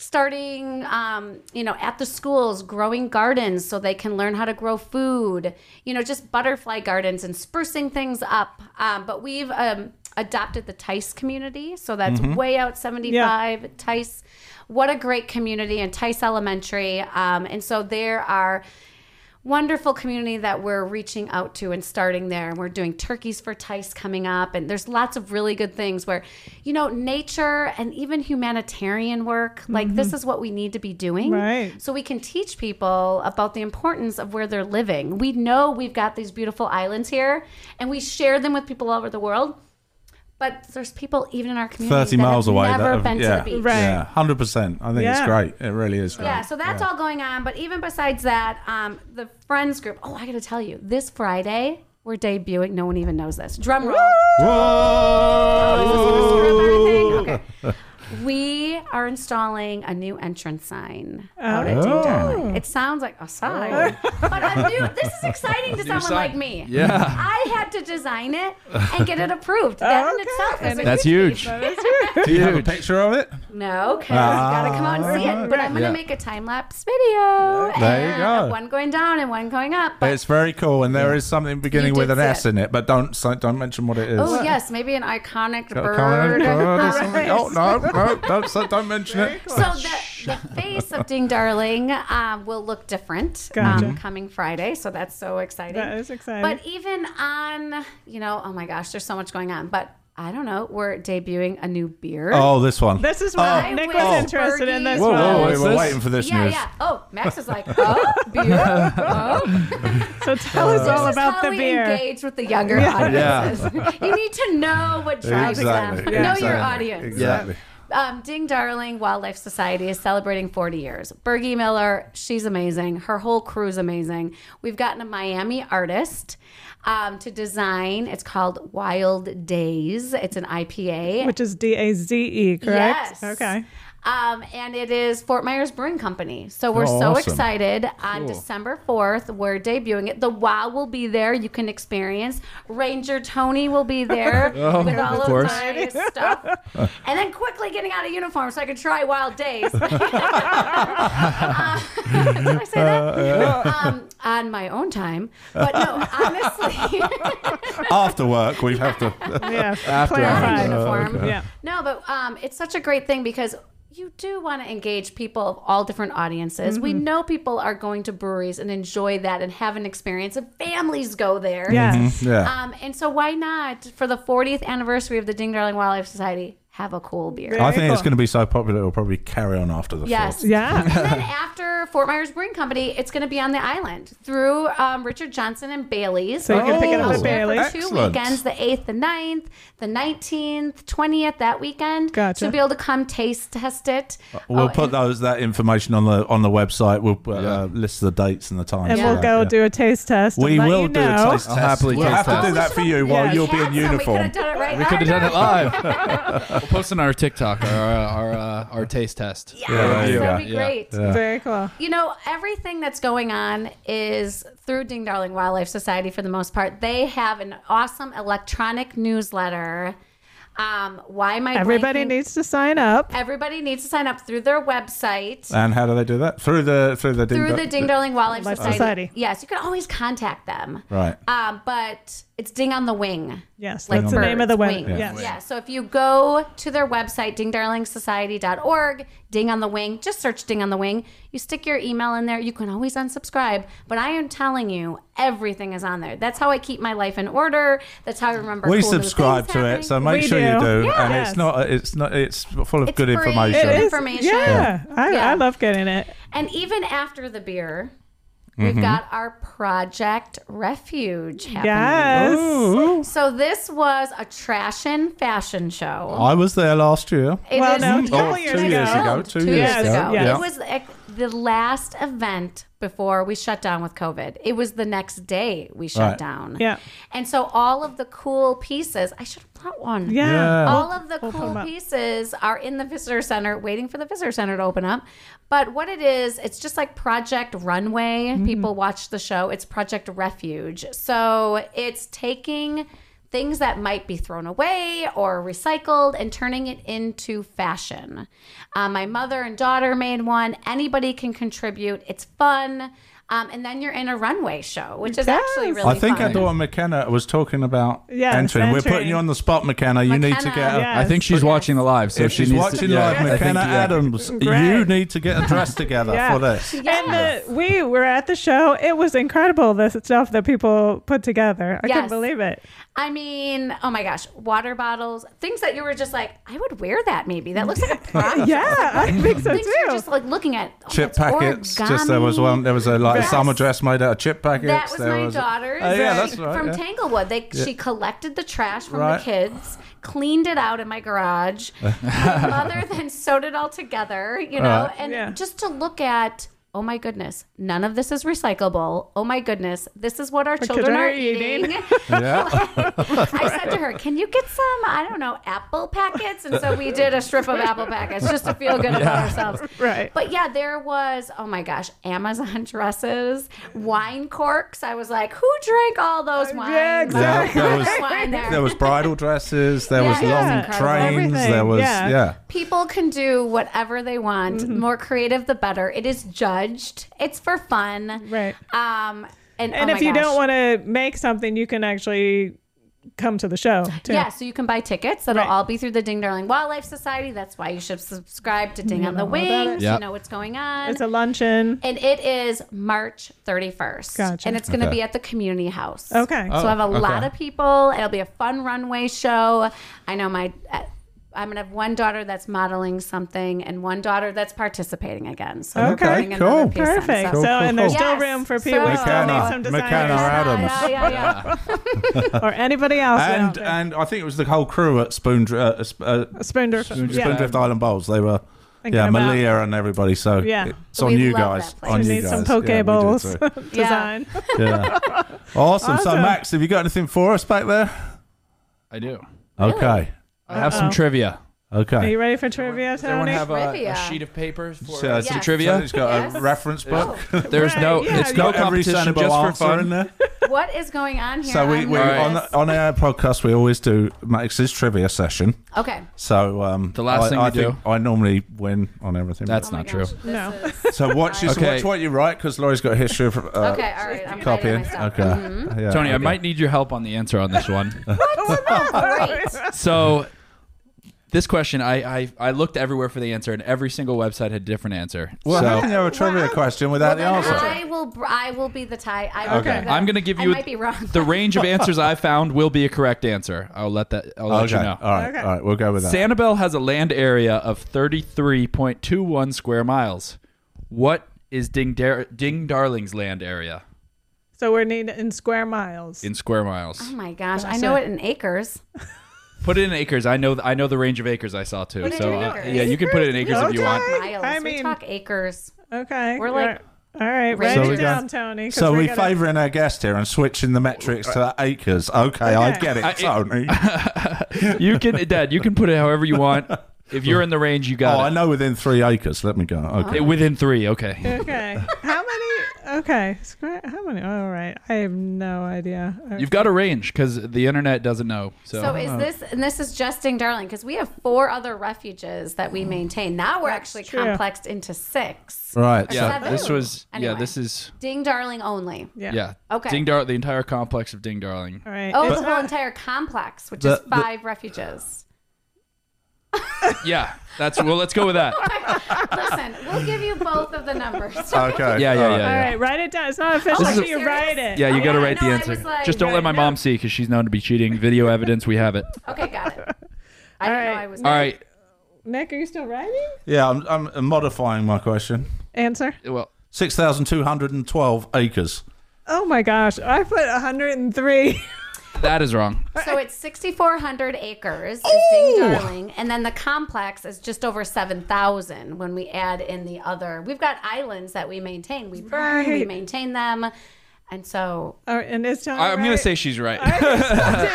starting um, you know at the schools growing gardens so they can learn how to grow food you know just butterfly gardens and sprucing things up um, but we've um, adopted the tice community so that's way out 75 tice what a great community and tice elementary um, and so there are wonderful community that we're reaching out to and starting there. And we're doing turkeys for Tice coming up. And there's lots of really good things where, you know, nature and even humanitarian work, like Mm-hmm. this is what we need to be doing. Right. So we can teach people about the importance of where they're living. We know we've got these beautiful islands here and we share them with people all over the world. But there's people even in our community 30 that miles have away. never that have- been yeah, to the beach. Right. Yeah, 100%. I think Yeah. it's great. It really is great. Yeah, so that's all going on. But even besides that, um, the friends group. Oh, I got to tell you, this Friday we're debuting. No one even knows this. Drum roll. Oh, Whoa! Okay. we are installing a new entrance sign. out Oh. at Ding Darling. It sounds like a sign, but a new. This is exciting to someone sign. like me. Yeah. I had to design it and get it approved. That in Okay. itself is a That's huge. Do you have a picture of it? No, because you gotta come out and see it. But I'm gonna Yeah. make a time lapse video. There you and go. One going down and one going up. It's very cool, and there is something beginning You with did an say S it. in it, but don't say- don't mention what it is. oh yes, maybe an iconic Got a bird. bird [laughs] or Um, something? Oh no, no, don't say- don't mention it. so the, the face of Ding Darling um, will look different um, coming Friday. So that's so exciting. That is exciting. But even on, you know, oh my gosh, there's so much going on. But I don't know, we're debuting a new beer. Oh, this one. This is Oh. what I Nick wish was Fergie- interested in. This whoa, one. whoa, wait, What's we're this? waiting for this yeah, news. yeah. Oh, Max is like, oh, [laughs] beer. Oh. So tell Uh, us all This is about how the we beer. engage with the younger audiences. [laughs] you need to know what drives them. Exactly. Know exactly. your audience. Exactly. Um, Ding Darling Wildlife Society is celebrating 40 years. Bergie Miller, she's amazing. Her whole crew's amazing. We've gotten a Miami artist um, to design. It's called Wild Days. It's an IPA. Which is D A Z E, correct? Yes. Okay. Um, and it is Fort Myers Brewing Company. So we're Oh, so awesome. excited. On December 4th, we're debuting it. The WOW will be there. You can experience. Ranger Tony will be there with all of, course. my stuff. and then quickly getting out of uniform so I can try Wild Days. [laughs] Uh, Did I say that? Um, on my own time. But no, honestly. [laughs] After work, we have to. Yeah. Not in Clarify. uniform. Yeah. No, but um, it's such a great thing because you do want to engage people of all different audiences. We know people are going to breweries and enjoy that and have an experience, and families go there. Mm-hmm. Yes. Mm, yeah. Um, and so why not for the 40th anniversary of the Ding Darling Wildlife Society have a cool beer? Yeah. I think very it's cool. going to be so popular, it'll probably carry on after the [laughs] Yes. fourth. Yeah. And then after Fort Myers Brewing Company. It's going to be on the island through um, Richard Johnson and Bailey's. So you can pick it up at We'll be there for Bailey's. Two Excellent. weekends: the eighth, the 9th, the nineteenth, twentieth. That weekend. Gotcha. So you'll be able to come taste test it. We'll Oh, put those that information on the on the website. We'll uh, Yeah. list the dates and the times. and for we'll that, go yeah. do a taste test. We and let will you do a know. taste test. I'll happily we'll taste have test. to do that for you while Yeah. you'll be had in some. We uniform. could have done it right We could have now. done it live. [laughs] we'll post on our TikTok, our uh, our, uh, our taste test. Yeah, Yes, yeah, that'd be yeah. great. Very cool. You know, everything that's going on is through Ding Darling Wildlife Society for the most part. They have an awesome electronic newsletter. Um, why am I Everybody blanking- needs to sign up. everybody needs to sign up through their website. And how do they do that? Through the through the through Dar- the Ding Darling Wildlife Wildlife Society. Society. Yes, you can always contact them. Right. Um, but it's Ding on the Wing. Yes, Like that's the name of the birds, web. wings. Yes. Yeah. So if you go to their website, dingdarlingsociety.org, ding on the wing, just search ding on the wing. You stick your email in there. You can always unsubscribe. But I am telling you, everything is on there. That's how I keep my life in order. That's how I remember. we cool new subscribe things to happening. it, so make We sure you do. do. Yeah. And Yes. it's not uh, it's not it's full of It's good free. information. It is. Yeah, Information. I, Yeah. I love getting it. and even after the beer, Mm-hmm. we've got our Project Refuge happening. Yes. So this was a trash and fashion show. I was there last year. It Well, is no, a not couple years two years ago. ago. held Oh. Two, years ago. yes. Yeah. It was like the last event before we shut down with COVID. It was the next day we shut Right. down. Yeah. And so all of the cool pieces, I should have brought one. Yeah. Yeah. All of the them cool up. pieces are in the visitor center, waiting for the visitor center to open up. But what it is, it's just like Project Runway. Mm. People watch the show. It's Project Refuge. So it's taking things that might be thrown away or recycled and turning it into fashion. Uh, my mother and daughter made one. Anybody can contribute. It's fun. Um, and then you're in a runway show, which is actually Yes. really I think fun. at the one McKenna was talking about Oh, Yes, entering. We're entering. putting you on the spot, McKenna. You need to McKenna. get a, Yeah. I think she's watching the live. So if she she's needs watching to, yeah, live I think, McKenna yeah. Adams, you Great. need to get a dress together Yeah. for this. And the, we were at the show. It was incredible, the stuff that people put together. I couldn't Yes. believe it. I mean, oh my gosh, water bottles, things that you were just like, I would wear that maybe. That [laughs] looks like a prop. Yeah, I think so Things too. you're just like looking at. Oh, Chip that's packets. Just there was origami. one. There was a like Yes. a summer dress made out of chip packets. That was there my was a- daughter's. Oh, yeah, She- that's right. From yeah. Tanglewood, they she collected the trash from Right. the kids, cleaned it out in [laughs] my garage. my mother then sewed it all together, you know, Right. and Yeah. just to look at. Oh my goodness, none of this is recyclable. Oh my goodness, this is what our, children, children are are eating. [laughs] eating. yeah. [laughs] I said to her, "Can you get some? I don't know, apple packets?" And so we did a strip of apple packets just to feel good about ourselves. Right. But yeah, there was oh my gosh, Amazon [laughs] dresses, wine corks. I was like, "Who drank all those wines?" Yeah, Yeah, there was- wine there. There was bridal dresses. There was Yeah. long Yeah. trains. Everything, There was yeah. yeah. People can do whatever they want. Mm-hmm. More creative, the better. It is judged. It's for fun. Right. Um. And, And oh if my you gosh. don't want to make something, you can actually come to the show too. Yeah, so you can buy tickets. That'll Right. all be through the Ding Darling Wildlife Society. That's why you should subscribe to Ding on the Wings. Yep. You know what's going on. It's a luncheon. and it is March 31st. Gotcha. And it's going to Okay. be at the community house. Okay. Oh. so I have a okay. lot of people. It'll be a fun runway show. I know my. uh, I'm gonna have one daughter that's modeling something and one daughter that's participating again. So we're Okay, putting another cool. piece in. Perfect. So- so, and there's cool. still Yes. room for So- people. We still McKenna, need some McKenna designers Adams. Yeah, [laughs] yeah, yeah. or anybody else. And around. and I think it was the whole crew at Spoon Dr- uh, Sp- uh, Spoondrift. yeah. Spoondrift Island Bowls. They were. Thinking yeah, about- Malia and everybody. So Yeah. it's on We you love guys. that place. On We you need guys. some poke Yeah, we do bowls too. [laughs] design. Yeah. [laughs] awesome. So Awesome. Max, have you got anything for us back there? I do. Okay. I have some trivia. Are Okay. you ready for trivia, Does everyone Tony? have a, Trivia. a sheet of paper So for uh, it's- some Yes. trivia? Somebody's got a Yes. reference [laughs] book. There's no, Right, yeah, it's you no Got every competition soundable just for answer in fun. there. What is going on here? So we, I'm we Alright. on nervous. the, on our podcast we always do Max's trivia session. okay. So um, The last I, thing I you do. think I normally win on everything. That's Oh my not gosh, true. this No. is- so watch, your, Okay. watch what you write because Laurie's got a history of uh, okay. All right. I'm copying. copying. Myself. Mm-hmm. Okay, Yeah, Tony, I okay. might need your help on the answer on this one. Great. so this question, I, I I looked everywhere for the answer, and every single website had a different answer. Well, So- how can you have a trivia question without Then the answer? I will. br- I will be the tie. I will Okay. be the- I'm going to give I you might be wrong. the range of answers I found will be a correct answer. I'll let that. I'll let okay, you know. all right, Okay. all right, we'll go with that. Sanibel has a land area of 33.21 square miles. What is Ding, Dar- Ding Darling's land area [laughs] So we're needing in square miles. in square miles? Oh my gosh, I know it in acres. Put it in acres. I know. I know the range of acres I saw too. Put it so in uh, acres. yeah, you can put it in acres if you want. Okay. Miles. I we mean- talk acres. okay. We're like- all right, Right. write So it we got- down, Tony. 'cause So we're we gonna- favouring our guest here and switching the metrics to acres. Okay, I Okay. [laughs] get it, I- Tony. You can, Dad. You can put it however you want. If you're in the range, you got oh, I it. know within three acres. Let me go. Okay. Eh, Within three. Okay. [laughs] Okay. How many? Okay. Square. How many? All right. I have no idea. Uh, You've got a range because the internet doesn't know. So, So is this and this is just Ding Darling because we have four other refuges that we maintain. Now we're actually true. complexed into six. Right. yeah, seven. this was yeah, Anyway. this is Ding Darling only. yeah. yeah. Okay. Ding Dar the entire complex of Ding Darling. All right. Oh, It's it's the whole not- entire complex, which The- is the- five refuges. Yeah, that's well. Let's go with that. Listen, we'll give you both of the numbers. So- [laughs] okay. Yeah, yeah, all right. yeah. all right. Write it down. It's not official. This is until a- you write it. [laughs] Yeah, you got to Yeah, write no, the Oh, I answer. was like- Just don't let my mom see because she's known to be cheating. Video evidence, [laughs] we have it. [laughs] Okay, got it. I All didn't know right. I was. All right. Nick, are you still writing? Yeah, I'm, I'm modifying my question. Answer. Well, 6,212 acres. Oh my gosh. I put 103. that is wrong. So it's 6,400 acres is Ding Darling, and then the complex is just over 7,000 when we add in the other. We've got islands that we maintain. We burn, we Right. maintain them, and so [laughs] All right, and it's Tony. I, I'm gonna right? Oh, say uh, she's right.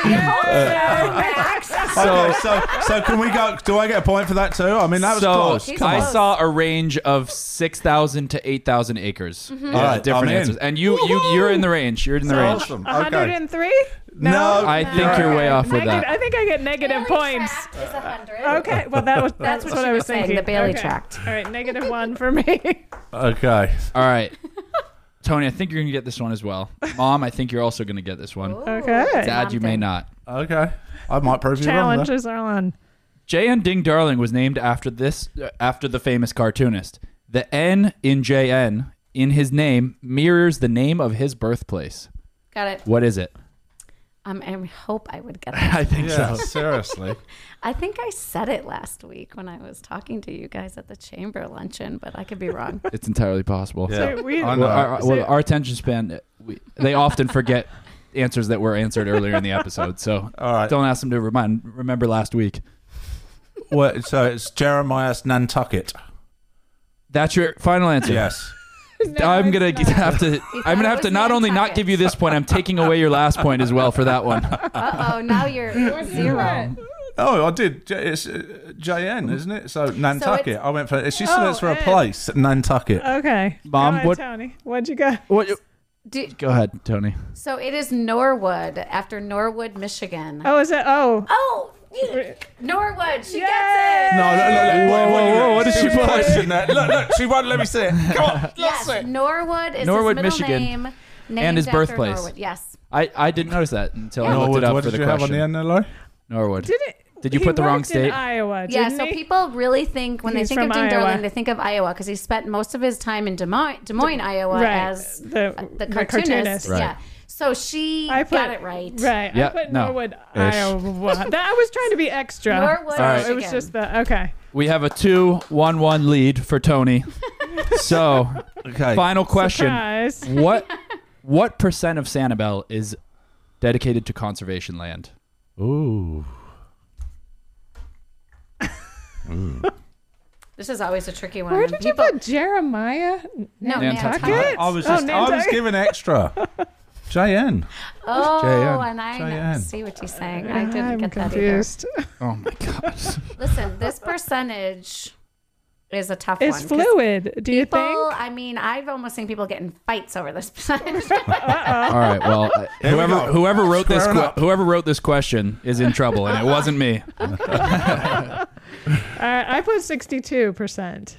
[laughs] So, so, so can we go? Do I get a point for that too? I mean, that was so close. He's Come I on. close. saw a range of six thousand to eight thousand acres. Mm-hmm. Yeah, All right, different I'm in. answers. And you, you, you're in the range. You're in the range. Awesome. Okay. 103? No. I think you're way off with Negative- that. I think I get negative Bailey points. tract is 100. Okay, well that was that's, what what, she I was was saying, thinking. the Bailey okay. tract. All right, negative one for me. [laughs] Okay. All right, [laughs] Tony. I think you're gonna get this one as well. Mom, I think you're also gonna get this one. Okay. Dad, you may Something. not. Okay. I might prove you wrong. there. Challenges are [laughs] on. J.N. Ding Darling was named after this uh, after the famous cartoonist. The N in J.N. in his name mirrors the name of his birthplace. Got it. What is it? Um, I hope I would get it. [laughs] I think [laughs] Yeah, seriously. I think I said it last week when I was talking to you guys at the chamber luncheon, but I could be [laughs] wrong. It's entirely possible. Yeah. we- I know. Well, our, So- well, our attention span, uh, we, they often [laughs] forget answers that were answered earlier in the episode. So All right. don't ask them to remind. Remember last week. Well, so it's Jeremiah's Nantucket. That's your final answer. Yes. I'm gonna g- have to. I'm it gonna have to was not only not Nantucket. give you this point. I'm taking away your last point as well for that one. Uh oh, now you're zero. Oh, I did. J- It's uh, JN, isn't it? So Nantucket. I went for. She said Oh, it's for a Ed. place, Nantucket. Okay. Go Mom, ahead, what- Tony? What'd you got? [laughs] What? Do, Go ahead, Tony. so it is Norwood after Norwood, Michigan. Oh, is it? Oh, Oh, you- Norwood, she no, gets it. look, look, look, wait, Whoa, whoa, wait, whoa, wait. what did she put? question that. Look, look, she won't let me see it. Come on. Yes, Norwood is Norwood, his middle Michigan. name, And named his after birthplace. Norwood. Yes, I, I didn't notice that until I looked Norwood, it up what for did the you have on question. the end there, Lori? Norwood. did it? Did you he put the wrong worked state? In Iowa. yeah. didn't So he? people really think when He's they think of from Ding Darling, Iowa. they think of Iowa because he spent most of his time in Des Moines, Des Moines Iowa, Right. as uh, The- the the cartoonist. cartoonist. Right. Yeah. So she I put, got it right. Right. Yeah, I put no. Norwood, Ish. [laughs] Iowa. that, I was trying to be extra. Norwood, so right. it was just the okay. We have a 2 1 1 lead for [laughs] Tony. so, Okay. final question. Surprise. [laughs] What what percent of Sanibel is dedicated to conservation land? Ooh. This is always a tricky one. Where and did people, you put Jeremiah? No, Nantucket. I, Nantucket. I was just. Oh, I was Nantucket. giving extra. JN. Oh, JN. and I JN. see what you're saying. I didn't I'm get that confused. Oh my god. either. Listen, this percentage is a tough It's one. 'cause fluid. Do you People, think? I mean, I've almost seen people get in fights over this percentage. All right. [laughs] Well, uh, Here we whoever go. whoever wrote this Squaring que- up. whoever wrote this question is in trouble and it wasn't me. Uh, I put sixty-two percent.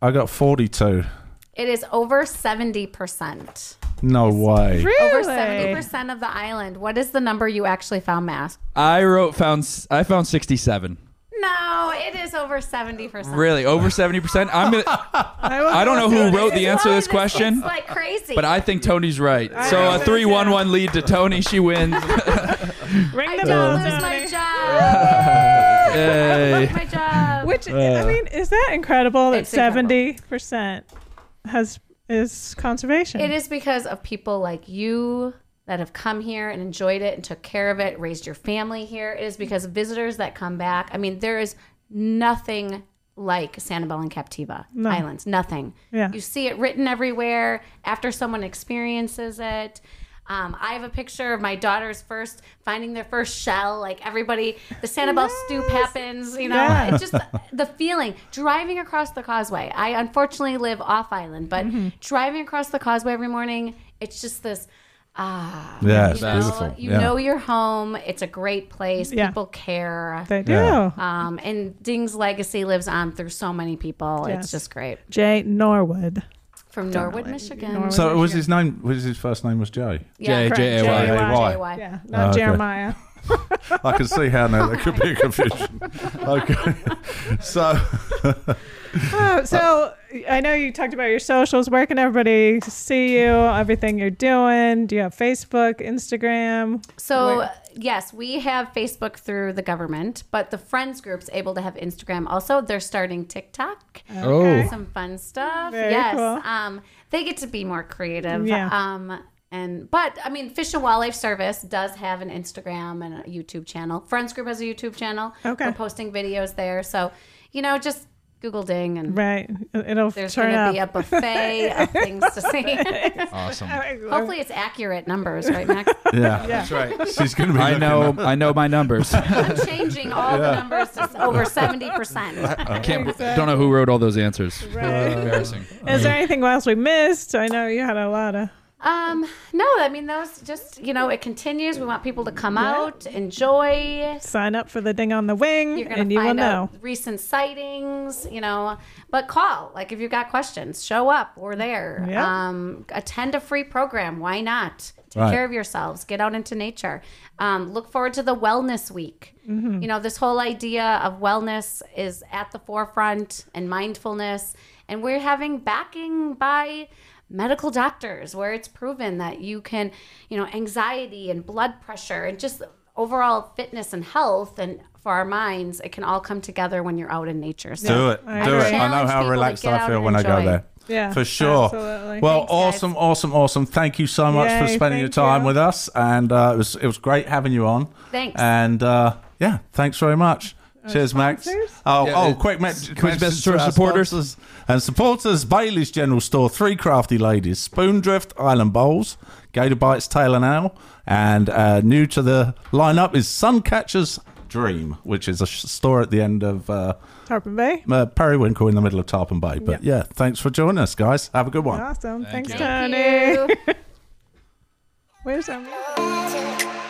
I got 42. [laughs] it is over 70%. No way. Really? Over 70% of the island. What is the number you actually found, Mass? I wrote found s- I found 67. No, it is over 70%. Really? Over 70%? I'm going to I, will I don't know go who with wrote it. the answer to this It's question. like crazy. But I think Tony's right. So think a so, three too. one one lead to Tony. She Ring wins. the I bell, don't lose my Tony. job. Yay. my job. [laughs] Which I mean, is that incredible? That It's incredible. seventy percent has is conservation. It is because of people like you that have come here and enjoyed it and took care of it, raised your family here. It is because of visitors that come back. I mean, there is nothing like Sanibel and Captiva Islands. Nothing. Yeah. You see it written everywhere after someone experiences it. Um, I have a picture of my daughter's first finding their first shell. Like everybody, the Sanibel stoop happens. You know, Yeah. it's just the feeling driving across the causeway. I unfortunately live off island, but Mm-hmm. driving across the causeway every morning, it's just this. Ah, Yeah, it's you know, beautiful. You Yeah. know your home. It's a great place. Yeah. People care. They do. Yeah. Um, and Ding's legacy lives on through so many people. Yes. It's just great. Jay Norwood. From Norwood, Michigan. Norwood. So was his name? Was his first name was Jay? J- correct. J- A- Y. Y. J- Y. Yeah, not okay. Jeremiah. I can see how now there could be a confusion. Okay, [laughs] so Oh, so I know you talked about your socials. Where can everybody see you? Everything you're doing? Do you have Facebook, Instagram? So yes, we have Facebook through the government, but the friends group's able to have Instagram also. They're starting Uh-huh. TikTok. Oh. Some fun stuff. Very yes. cool. Um, they get to be more creative. Yeah. Um, and but I mean, Fish and Wildlife Service does have an Instagram and a YouTube channel. Friends Group has a YouTube channel. Okay. We're posting videos there. So, you know, just Google Ding and Right. It'll there's turn gonna up. [laughs] be a buffet of things to see. Awesome. Hopefully it's accurate numbers, right, Max? yeah, That's right. she's going to be. I looking know. up- I know my numbers. [laughs] I'm changing all the numbers to over seventy percent. I can't. Don't know who wrote all those answers. Right. Embarrassing. Is there anything else we missed? I know you had a lot of. Um, no, I mean those just you know it continues. We want people to come out, enjoy. Sign up for the ding on the wing, You're gonna and you will find know. out recent sightings, you know. But call like if you've got questions, show up. We're there. Yeah. Um, attend a free program. Why not? Take Right. care of yourselves. Get out into nature. Um, look forward to the wellness week. You know, this whole idea of wellness is at the forefront and mindfulness, and we're having backing by medical doctors where it's proven that you can, you know, anxiety and blood pressure and just overall fitness and health and for our minds, it can all come together when you're out in nature. So Do it. I do it. I challenge know people how to relaxed get I out feel and when I go enjoy. there. Yeah, for sure. absolutely. Well, Thanks, guys. awesome, awesome, awesome. Thank you so much for Yay, spending your thank time you. with us, and uh, it was it was great having you on. Thanks. And uh, yeah, thanks very much. Cheers, Max. sponsors? Oh, Yeah, oh, it- quick, Max. Quick message to our supporters. and supporters: Bailey's General Store, Three Crafty Ladies, Spoon Drift, Island Bowls, Gator Bites, Tail and Owl, and uh, new to the lineup is Suncatcher's Dream, which is a sh- store at the end of. Uh, Tarpon Bay. uh, periwinkle in the middle of Tarpon Bay. But yeah, thanks for joining us, guys. Have a good one. Awesome. Thank Thanks, you. Tony. Thank you. Where's our music? Thank you.